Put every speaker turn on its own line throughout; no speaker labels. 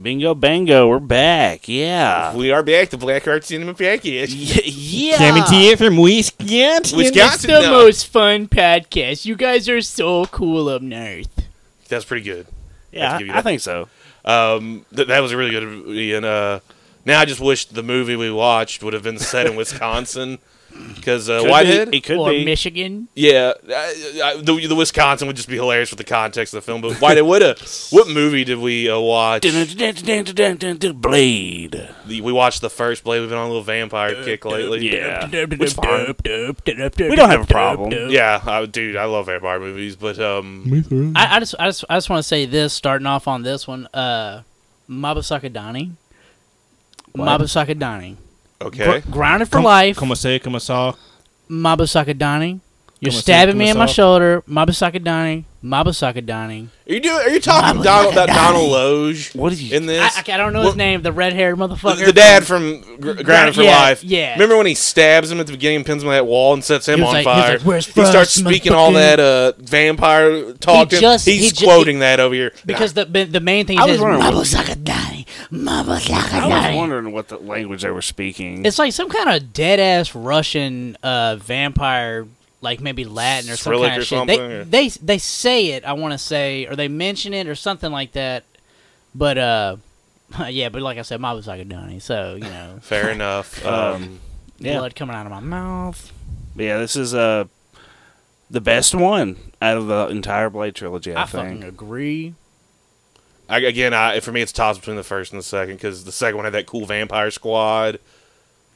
Bingo, bango, we're back. Yeah.
We are back to Black Heart Cinema Package.
Y- Yeah.
Coming to you from Wisconsin.
Wis-
It's
Wisconsin,
the
no.
most fun podcast. You guys are so cool up north.
That's pretty good. I
Yeah,
have to give you
I, I
that.
think so.
Um, th- that was a really good movie, and uh, now I just wish the movie we watched would have been set in Wisconsin because uh,
Could
Whitehead.
Be, it could
or
be.
Michigan.
yeah, I, I, the, the Wisconsin would just be hilarious with the context of the film. But Whitehead, what a what movie did we uh, watch?
Dun-dun-dun-dun-dun-dun-dun-dun, Blade.
The- we watched the first Blade. We've been on a little vampire kick lately.
Yeah.
It's
fine.
We
don't have a problem.
Yeah, I, dude, I love vampire movies, but um,
I, I just, I just, I just want to say this. Starting off on this one, uh, Mabasaka Dani,
What? Eh?
Mabasaka Dani,
okay,
Gr- grounded for
Come-
life.
Como se, como sa.
Mabasaka Dani, you're
Come on,
stabbing
come
me
on,
in my
Sal.
shoulder. Mabasaka Dani, Mabasaka Dani.
are you doing? Are you talking Donald about Donald Loge
What did you?
in
I,
this?
I don't know
What-
his name. The red haired motherfucker.
The dad from Gr- Grounded for
yeah,
Life.
yeah.
Remember when he stabs him at the beginning and pins him on that wall and sets him
He was
on
like- he was
fire?
like, "Where's
he starts
Frost,
speaking all
motherfucker?"
that uh, vampire talk. to him.
just-
He's
he ju-
quoting that over here.
Because the the- the main thing he
I was
says,
wondering what-
Mabasaka Dani, Mabasaka
I was
Dani.
wondering what the language they were speaking.
It's like some kind of dead ass Russian uh, vampire, like maybe Latin or some
Cyrillic
kind
or
of shit.
something,
They,
or-
they they say it, I want to say, or they mention it or something like that. But uh, yeah, but like I said, my was like a dunny, so you know,
fair enough. Um,
Um, yeah.
blood coming out of my mouth.
Yeah, this is uh the best one out of the entire Blade trilogy. I,
I
think.
fucking agree.
I, again, I, for me, it's toss between the first and the second because the second one had that cool vampire squad.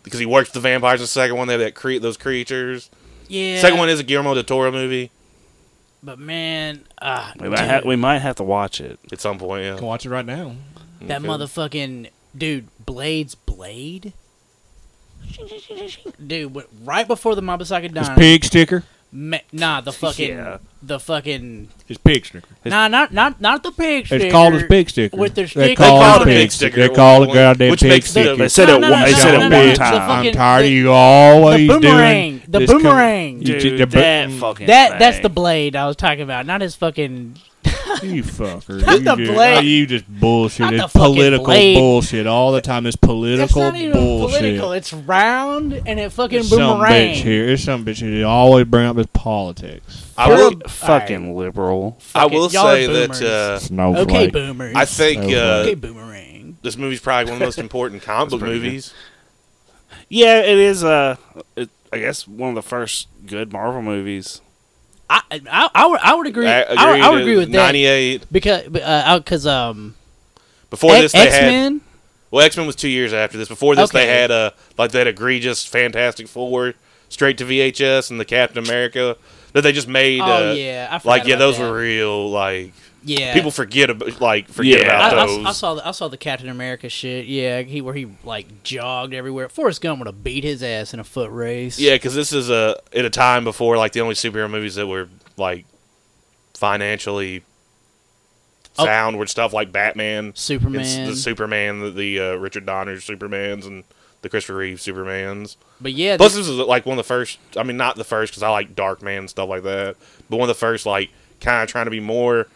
Because he works with the vampires in the second one, they have that cre- those creatures.
Yeah.
Second one is a Guillermo del Toro movie
But man, ah,
we
dude,
might ha- we might have to watch it.
at some point. Yeah,
Can watch it right now.
that
Okay.
motherfucking dude, Blade's blade. Dude, what- right before the Mabasaka
His
Dani,
pig sticker.
ma- nah, the fucking,
Yeah.
the fucking
His pig sticker.
His-
nah, not not not the pig sticker.
It's called his pig sticker.
With their sticker.
They call
They
it
call
a
it
a
pig
pig
sticker.
sticker
They
at
call
one
it
point,
goddamn
which
pig
makes
sticker.
sense. They
said
no,
it
no,
one-
no,
they
no,
said it
no,
one
no,
time.
The fucking,
I'm tired of
the,
you always
the
doing
boomerang, the
this kind of-
boomerang.
You-
Dude,
you-
that fucking
That that's
thing.
the blade I was talking about, not his fucking.
You fucker.
Not
you,
the
just,
blade.
oh, you just bullshit.
Not the
It's
fucking
political
blade.
bullshit all the time. It's
That's
political
not even
bullshit.
political. It's round and it fucking
There's some bitch
boomerang.
here. There's some bitch here. that always bring up his politics.
I will.
Fuck- fucking liberal.
I
Fuck it,
will
y'all are
say that
boomers.
uh,
Snowflake.
Okay, boomers.
I think
Okay.
uh,
Okay, boomerang.
this movie's probably one of the most important comic book movies.
Yeah, it is. Uh, it, I guess one of the first good Marvel movies.
I, I, I would I would agree. I, would, I would agree with that
Ninety-eight.
because because um
Before
X
this, they had
Men.
well, X Men was two years after this. Before this, they
Okay.
had uh, like that egregious Fantastic Four straight to VHS and the Captain America that they just made.
Oh
uh,
yeah, I forgot
like yeah,
about
those
that.
were real. Like
yeah
people forget about like forget
Yeah.
about
I, I-
those.
I saw the, I saw the Captain America shit. Yeah, he where he like jogged everywhere. Forrest Gump would have beat his ass in a foot race.
Yeah, because this is a at a time before like the only superhero movies that were like financially
Oh.
sound were stuff like Batman,
Superman.
It's the Superman, the, the uh, Richard Donner Supermans, and the Christopher Reeve Supermans.
but yeah,
Plus,
this-
this is like one of the first. I mean, not the first because I like Dark Man and stuff like that, but one of the first like kind of trying to be more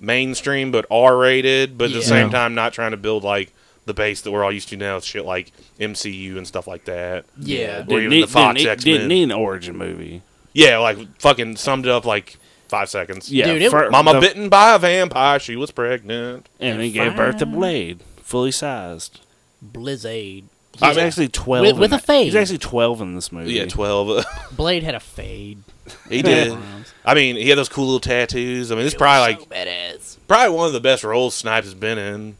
mainstream but R-rated, but at
Yeah.
the same
Yeah.
time not trying to build like the base that we're all used to now, with shit like MCU and stuff like that.
yeah,
Or even
need-
the Fox
didn't, need-
X-Men.
didn't need an origin movie.
Yeah, like fucking summed it up like five seconds.
Yeah,
Dude, it-
fir-
Mama
the-
bitten by a vampire. She was pregnant.
and then gave birth to Blade, fully sized.
Blizzade.
He's actually twelve
With- with
in
a
that-
fade.
He's actually twelve in this movie.
Yeah, twelve.
Blade had a fade.
he did.
Rounds.
I mean, he had those cool little tattoos. I mean, it's probably
so
like
badass.
probably one of the best roles Snipes has been in.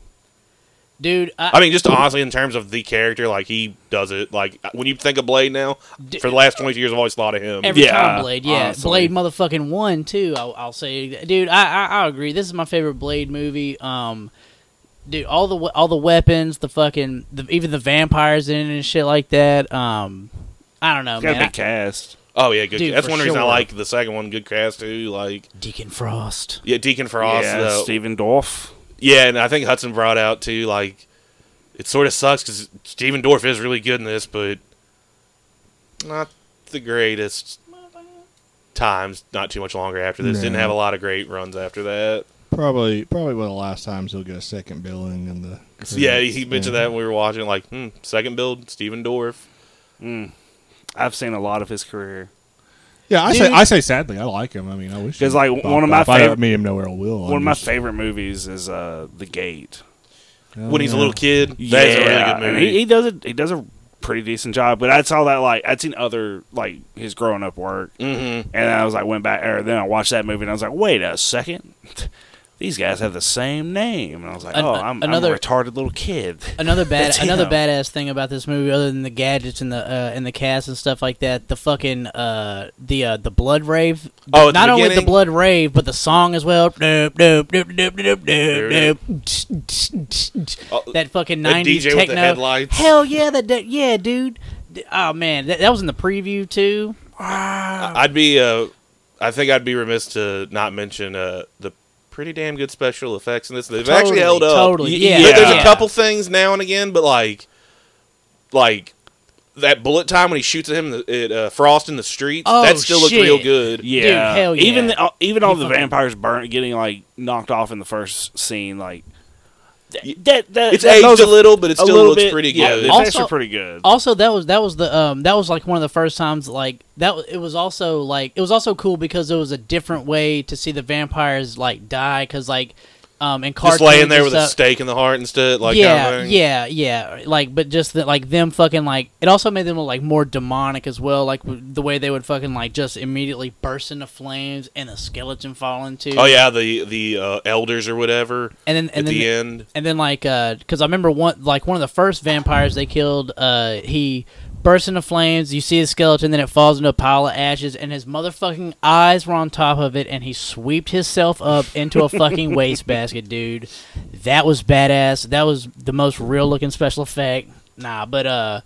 Dude, I,
I mean, just honestly, in terms of the character, like he does it. Like when you think of Blade now, for the last twenty years, I've always thought of him.
every
Yeah,
time Blade, yeah,
honestly.
Blade motherfucking one too. I'll, I'll say, that. dude, I, I I agree. This is my favorite Blade movie. Um, dude, all the we- all the weapons, the fucking, the, even the vampires in it and shit like that. Um, I don't know,
got a
man.
big
I-
cast.
oh yeah, good.
Dude,
That's
for
one reason I
sure.
like the second one. Good cast too. Like
Deacon Frost.
yeah, Deacon Frost.
yeah,
though.
Stephen Dorff.
Yeah, and I think Hudson brought out too. Like, it sort of sucks because Steven Dorff is really good in this, but not the greatest times. Not too much longer after this. Didn't
No.
have a lot of great runs after that.
Probably, probably one of the last times he'll get a second billing in the.
yeah, he he mentioned that when we were watching. Like, hmm, second build, Steven Dorff.
Mm. I've seen a lot of his career.
Yeah, I say,
Dude.
I say, sadly, I like him. I mean, I wish
'Cause,
he
like,
popped
one of my
up. I
fav-
don't mean him no ill will.
One of my favorite movies is uh, The Gate.
when he's a little kid, that's a really good
and
movie.
He, he does a he does a pretty decent job. But I saw that like I'd seen other like his growing up work,
Mm-hmm.
and I was like went back or then I watched that movie and I was like, wait a second, these guys have the same name, and I was like,
An-
oh, I'm, I'm
another-
a retarded little kid.
Another bad,
That's
another
him.
badass thing about this movie, other than the gadgets and the uh, and the cast and stuff like that, the fucking uh, the uh, the blood rave.
Oh, at the
not only the
beginning?
blood rave, but the song as well. Doop, doop, doop, doop, doop,
Yeah.
doop, doop.
Oh,
That fucking
that
nineties
DJ
techno.
with the headlights.
Hell yeah, that, that yeah, dude. D- Oh man, that, that was in the preview too.
I'd be. Uh, I think I'd be remiss to not mention uh, the pretty damn good special effects in this. They've actually
Totally,
held up.
totally.
Y-
Yeah.
there- There's a
Yeah.
couple things now and again, but like, like that bullet time when he shoots at him in the, at uh, Frost in the streets.
Oh,
that still looks
shit.
real good.
Yeah,
hell yeah.
Even the, uh, even all
He
the
fucking-
vampires burn getting like knocked off in the first scene, like
Y-
th- that that
It's
that
aged
goes
a little, but it
a
still
little
looks
bit-
pretty
Yeah,
good.
it's
Also-
actually pretty good.
Also, that was that was the um that was like one of the first times like that w- it was also like it was also cool because it was a different way to see the vampires like die because like um in cartoons
Just laying there
and
with a
stuff-
stake in the heart instead, like
yeah,
kind of thing.
yeah, yeah. Like, but just that, like them fucking like it also made them look like more demonic as well. Like w- the way they would fucking like just immediately burst into flames and the skeleton fall into.
Oh yeah, the the uh, elders or whatever
and then and
at
then
the end.
and then like because I remember one like one of the first vampires they killed. Uh, he bursts into flames. You see his skeleton, then it falls into a pile of ashes, and his motherfucking eyes were on top of it, and he sweeped himself up into a fucking wastebasket, dude. That was badass. That was the most real looking special effect. Nah, but uh.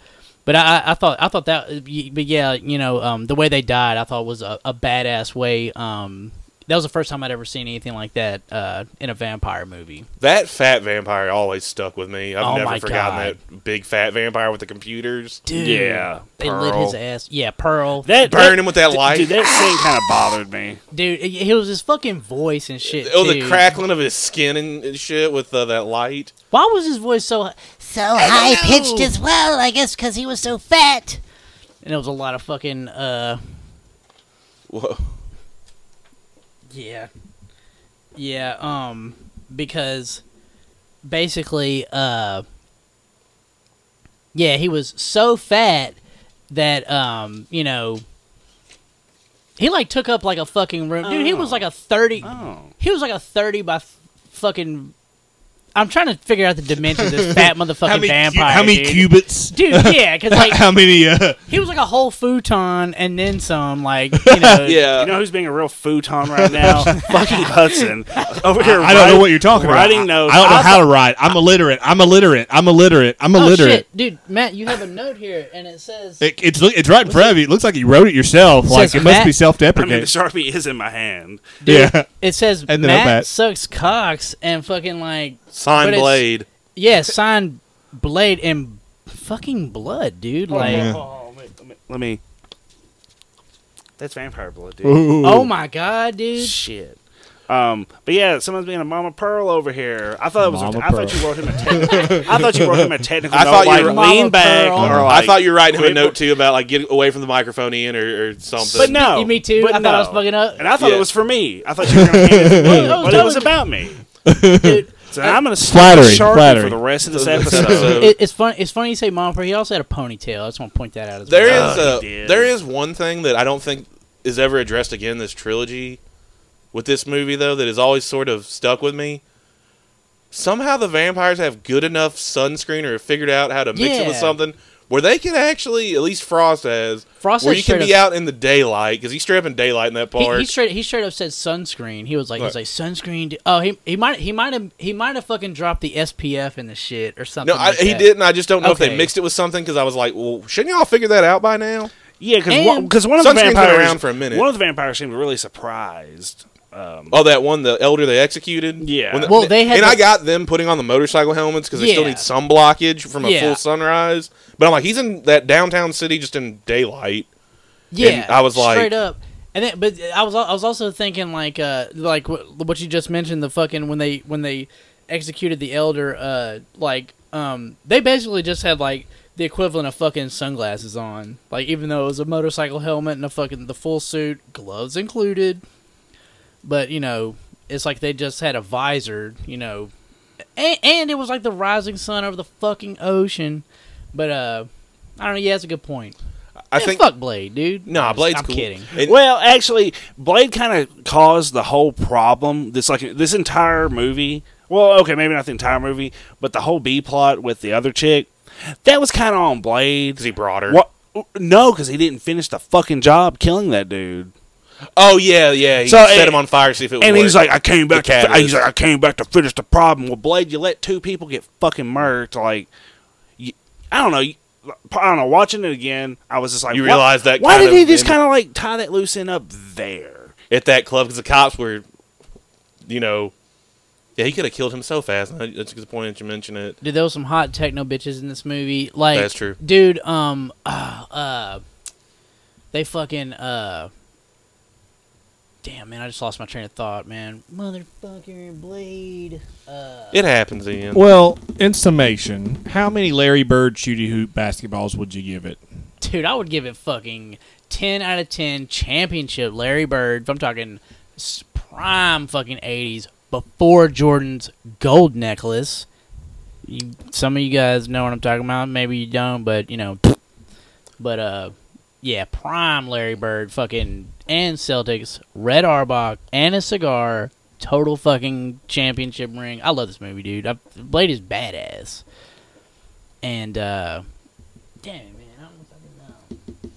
But I, I thought I thought that, but yeah, you know, um, the way they died, I thought was a, a badass way. Um, that was the first time I'd ever seen anything like that uh, in a vampire movie.
That fat vampire always stuck with me. I've
Oh
never
my
forgotten that big fat vampire with the computers.
dude.
Yeah,
they lit his
Pearl.
ass. Yeah, Pearl,
that
Burn him with that
d-
light.
Dude, that scene kind of bothered me.
dude. He he was his fucking voice and shit.
Oh, the
too.
crackling of his skin and and shit with uh, that light.
Why was his voice so
so high pitched as well, I guess, because he was so fat.
And it was a lot of fucking uh,
Whoa.
yeah, yeah. Um, because basically, uh, yeah, he was so fat that um, you know. He like took up like a fucking room, dude. He was like a thirty.
Oh,
He was like a thirty by f- fucking. I'm trying to figure out the dimensions of this fat motherfucking
How many cu-
vampire.
how many
dude.
cubits?
Dude, yeah, because like
how many? Uh,
he was like a whole futon and then some. Like you know,
Yeah.
you know who's being a real futon right now? Fucking Hudson over here.
I don't know
writing-
what you're talking about.
Writing notes.
I don't know
I
how to write. I'm illiterate. I'm illiterate. I'm illiterate. I'm
Oh
illiterate.
shit, dude, Matt, you have a note here, and it says
It, it's look- it's right in front of you. It looks like you wrote it yourself. Like
Says
it must
Matt-
be
I mean, the
self-deprecating.
sharpie is in my hand.
Yeah.
it says
And the
Matt
notepad.
sucks cocks and fucking like But
Sign
it's-
blade.
yeah, sign blade and fucking blood, dude. Like
Yeah.
Oh, let me- let me- let me. That's vampire blood, dude.
Ooh.
oh my god, dude.
Shit. Um, but yeah, someone's being a mama pearl over here. I thought it was. a- I
Mama
thought you wrote him a. Te- I thought you wrote him a technical.
I
note,
thought you
like,
were-
lean
Mama
back.
pearl.
Or
I
like,
thought you were writing him a
quit-
note too about like get away from the microphone in or, or something.
But no,
Me too.
But
I thought
no.
I was fucking up.
and I thought
Yeah.
it was for me. I thought you were going to hand it to me,
No,
but
that
it was
was-
about me.
Dude,
Uh,
So I'm going to
Flattery,
for
flattery.
the rest of this
So-
episode.
it, it's funny. It's funny you say mom. He also had a ponytail. I just want to point that out as
There
well.
is
Oh,
a,
he did.
there is one thing that I don't think is ever addressed again in this trilogy with this movie though that has always sort of stuck with me. Somehow the vampires have good enough sunscreen or have figured out how to mix it with
Yeah.
something where they can actually, at least Frost has,
Frost
where
has
you can
straight
be out in the daylight because he's straight up in daylight in that
He,
part.
he straight he straight up said sunscreen. He was like he was
Right.
like sunscreen. d- Oh, he he might he might have he might have fucking dropped the SPF in the shit or something.
no, I,
like
he
that.
didn't. I just don't know if they
Okay.
mixed it with something because I was like, well, shouldn't y'all figure that out by now?
yeah, because
And-
one, 'cause one of the
Sunscreen's been
vampires
around for a minute.
One of the vampires seemed really surprised.
Oh, that one, the elder they executed.
Yeah.
the-
Well, they had
and
the-
I got them putting on the motorcycle helmets because they still
Yeah.
need some blockage from a
Yeah.
full sunrise. But I'm like, he's in that downtown city just in daylight.
Yeah,
And I was like-
straight up. And then, but I was al- I was also thinking like uh like what, what you just mentioned the fucking when they when they executed the elder uh like um they basically just had like the equivalent of fucking sunglasses on like even though it was a motorcycle helmet and a fucking the full suit gloves included but you know it's like they just had a visor you know and, and it was like the rising sun over the fucking ocean but uh I don't know yeah that's a good point
I
Man,
think
fuck Blade dude
nah,
I'm just-
Blade's
I'm
cool.
kidding
And-
well, actually, Blade kind of caused the whole problem. This like this entire movie. Well, okay, maybe not the entire movie, but the whole B plot with the other chick. That was kind of on Blade.
'cause he brought her.
What? No, because he didn't finish the fucking job killing that dude.
Oh yeah, yeah. He
So,
set
and-
him on fire, see if it would
And he's
work.
like, I came back. To
The
fi- he's
catalyst.
like, I came back to finish the problem. Well, Blade, you let two people get fucking murked. Like, you, I don't know. You, I don't know. Watching it again, I was just like,
You
why-
realize that
Why
kind
did he
of
just
ended-
kind of like tie that loose end up there?
at that club because the cops were, you know, yeah, he could have killed him so fast. That's that's a good point that you mention it.
Dude, there was some hot techno bitches in this movie. Like
That's true.
Dude, um uh, uh they fucking uh Damn man, I just lost my train of thought, man. Motherfucker blade. Uh
It happens, Ian.
Well, in summation, how many Larry Bird shooty hoop basketballs would you give it?
dude, I would give it fucking ten out of ten championship Larry Bird. I'm talking s- prime fucking eighties before Jordan's gold necklace. You, some of you guys know what I'm talking about. Maybe you don't, but you know. But uh, yeah, prime Larry Bird, fucking and Celtics, Red Arbach, and a cigar, total fucking championship ring. I love this movie, dude. I, Blade is badass. And uh, damn it, man, I don't fucking know.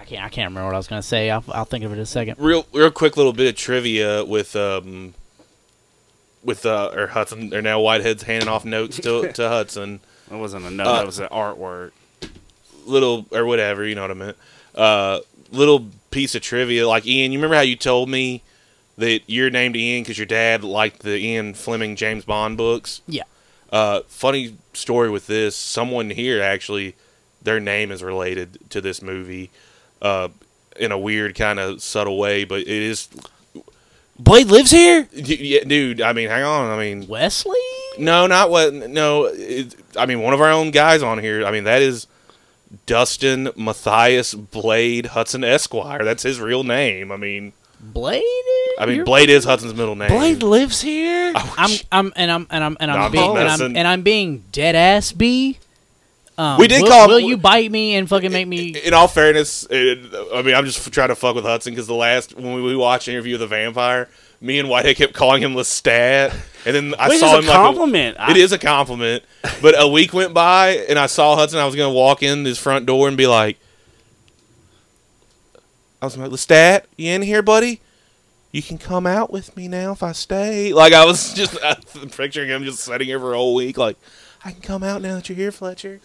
I can't. I can't remember what I was gonna say. I'll, I'll think of it in a second.
real, real quick little bit of trivia with um, with uh, or Hudson or now Whitehead's handing off notes to to Hudson.
That wasn't a note.
Uh,
that was an artwork.
little or whatever, you know what I meant. Uh, little piece of trivia, like Ian. You remember how you told me that you're named Ian because your dad liked the Ian Fleming James Bond books.
Yeah.
Uh, funny story with this. Someone here actually, their name is related to this movie, uh, in a weird kind of subtle way. But it is,
Blade lives here.
y- yeah, dude. I mean, hang on. I mean,
Wesley.
no, not what. No, it, I mean one of our own guys on here. I mean that is Dustin Matthias Blade Hudson Esquire. That's his real name. I mean,
Blade.
I mean
You're-
Blade is Hudson's middle name.
Blade lives here.
I'm I'm and I'm and I'm and I'm
Nah, I'm
being
just
and I'm,
messing.
and I'm being dead ass B. Um,
We did
will,
call-
Will you bite me and fucking make me?
In all fairness, it, I mean I'm just trying to fuck with Hudson because the last when we, we watched Interview of the Vampire, me and Whitehead kept calling him Lestat, and then I
Which is
saw
a
him
compliment.
like a, it
I-
is a compliment. But a week went by, and I saw Hudson. I was gonna walk in his front door and be like, I was like, Lestat, you in here, buddy? You can come out with me now if I stay. Like I was just uh, picturing him just sitting here for a whole week, like I can come out now that you're here, Fletcher.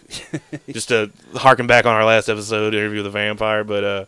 just to harken back on our last episode, interview with the vampire. But uh,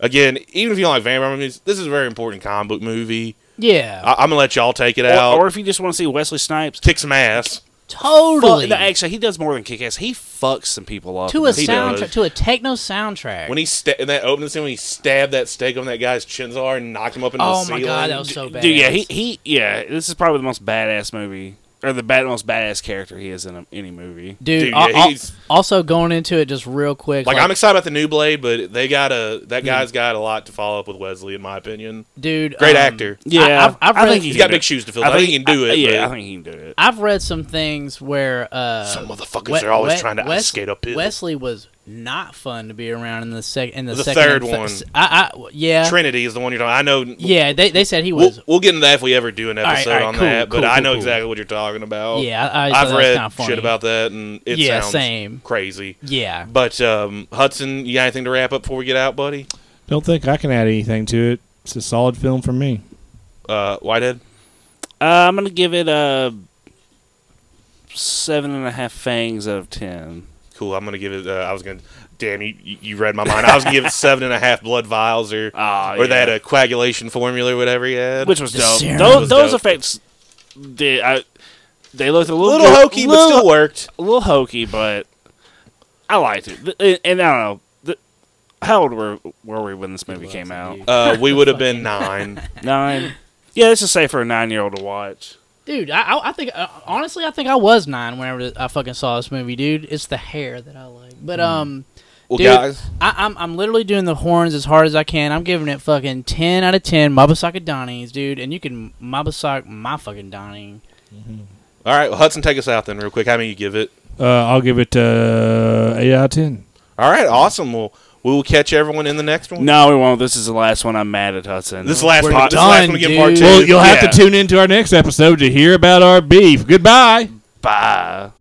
again, even if you don't like vampire movies, this is a very important comic book movie.
Yeah,
I- I'm gonna let y'all take it out.
Or, or if you just want to see Wesley Snipes,
kick some ass.
totally.
Fuck- no, actually, he does more than kick ass. He fucks some people up.
to a
in this.
He does.
soundtrack, to a techno soundtrack.
When he sta- in that opening scene, when he stabbed that stake on that guy's chinzar and knocked him up into
oh
the
my
ceiling.
god, that was so bad.
Dude, yeah, he, he yeah. This is probably the most badass movie, or the bad, most badass character he is in a, any movie.
Dude,
Dude,
al-
yeah,
al-
he's-
also going into it just real quick.
like, I'm excited about the new Blade, but they got a that
Hmm.
guy's got a lot to follow up with Wesley, in my opinion.
dude,
Great
um,
actor.
Yeah,
I- I've- I've read-
think
He's
he
got
can do
big
it.
shoes to fill. I, think he can do
I-
it.
yeah, I
but
think he can do it.
I've read some things where uh,
some motherfuckers
Wes-
are always
Wes-
trying to
Wes-
ice skate uphill.
Wesley was not fun to be around in the second, in the,
The
second
third
and th-
one.
s- I, I, yeah,
Trinity is the one you're talking. I know.
yeah. They they said he
We'll,
was
we'll get into that if we ever do an
right,
episode
all right,
on
cool,
that, but
cool,
I
cool,
know
cool.
exactly what you're talking about.
Yeah, I, I
I've
so that's kinda
read
funny.
shit about that, and it
Yeah,
sounds
same.
crazy.
Yeah,
But um, Hudson, you got anything to wrap up before we get out, buddy?
Don't think I can add anything to it. It's a solid film for me.
Uh, Whitehead,
Uh, I'm gonna give it a seven and a half fangs out of ten.
cool. I'm gonna give it. Uh, I was gonna. Damn, you you you read my mind. I was gonna give it seven and a half blood vials or
Ah,
or that
yeah.
uh, coagulation formula or whatever he had.
which was
The
dope.
serum
uh, Those,
was
those
dope.
effects, did I, they looked a
a
little
little
go-
hokey, but
little-
still worked.
a little hokey, but I liked it. Th- And, and I don't know, the, How old were were we when this movie came out?
Uh, we would have been nine.
Nine. Yeah, this is safe for a nine-year-old to watch.
Dude, I, I, I think uh, honestly, I think I was nine whenever I fucking saw this movie, dude. It's the hair that I like,
Hmm.
but um,
Well,
Dude.
guys,
I, I'm I'm literally doing the horns as hard as I can. I'm giving it fucking ten out of ten Mabasaka Donnies, dude. And you can Mabasak my fucking Donnie.
all right, well, Hudson, take us out then, real quick. How many you give it?
Uh, I'll give it uh, eight out of ten.
All right, awesome. Well, we will catch everyone in the next one.
No, we won't. This is the last one. I'm mad at Hudson.
This last
We're
one, this last
done,
one again, part
dude.
two.
Well, you'll have
yeah.
to tune into our next episode to hear about our beef. Goodbye.
Bye.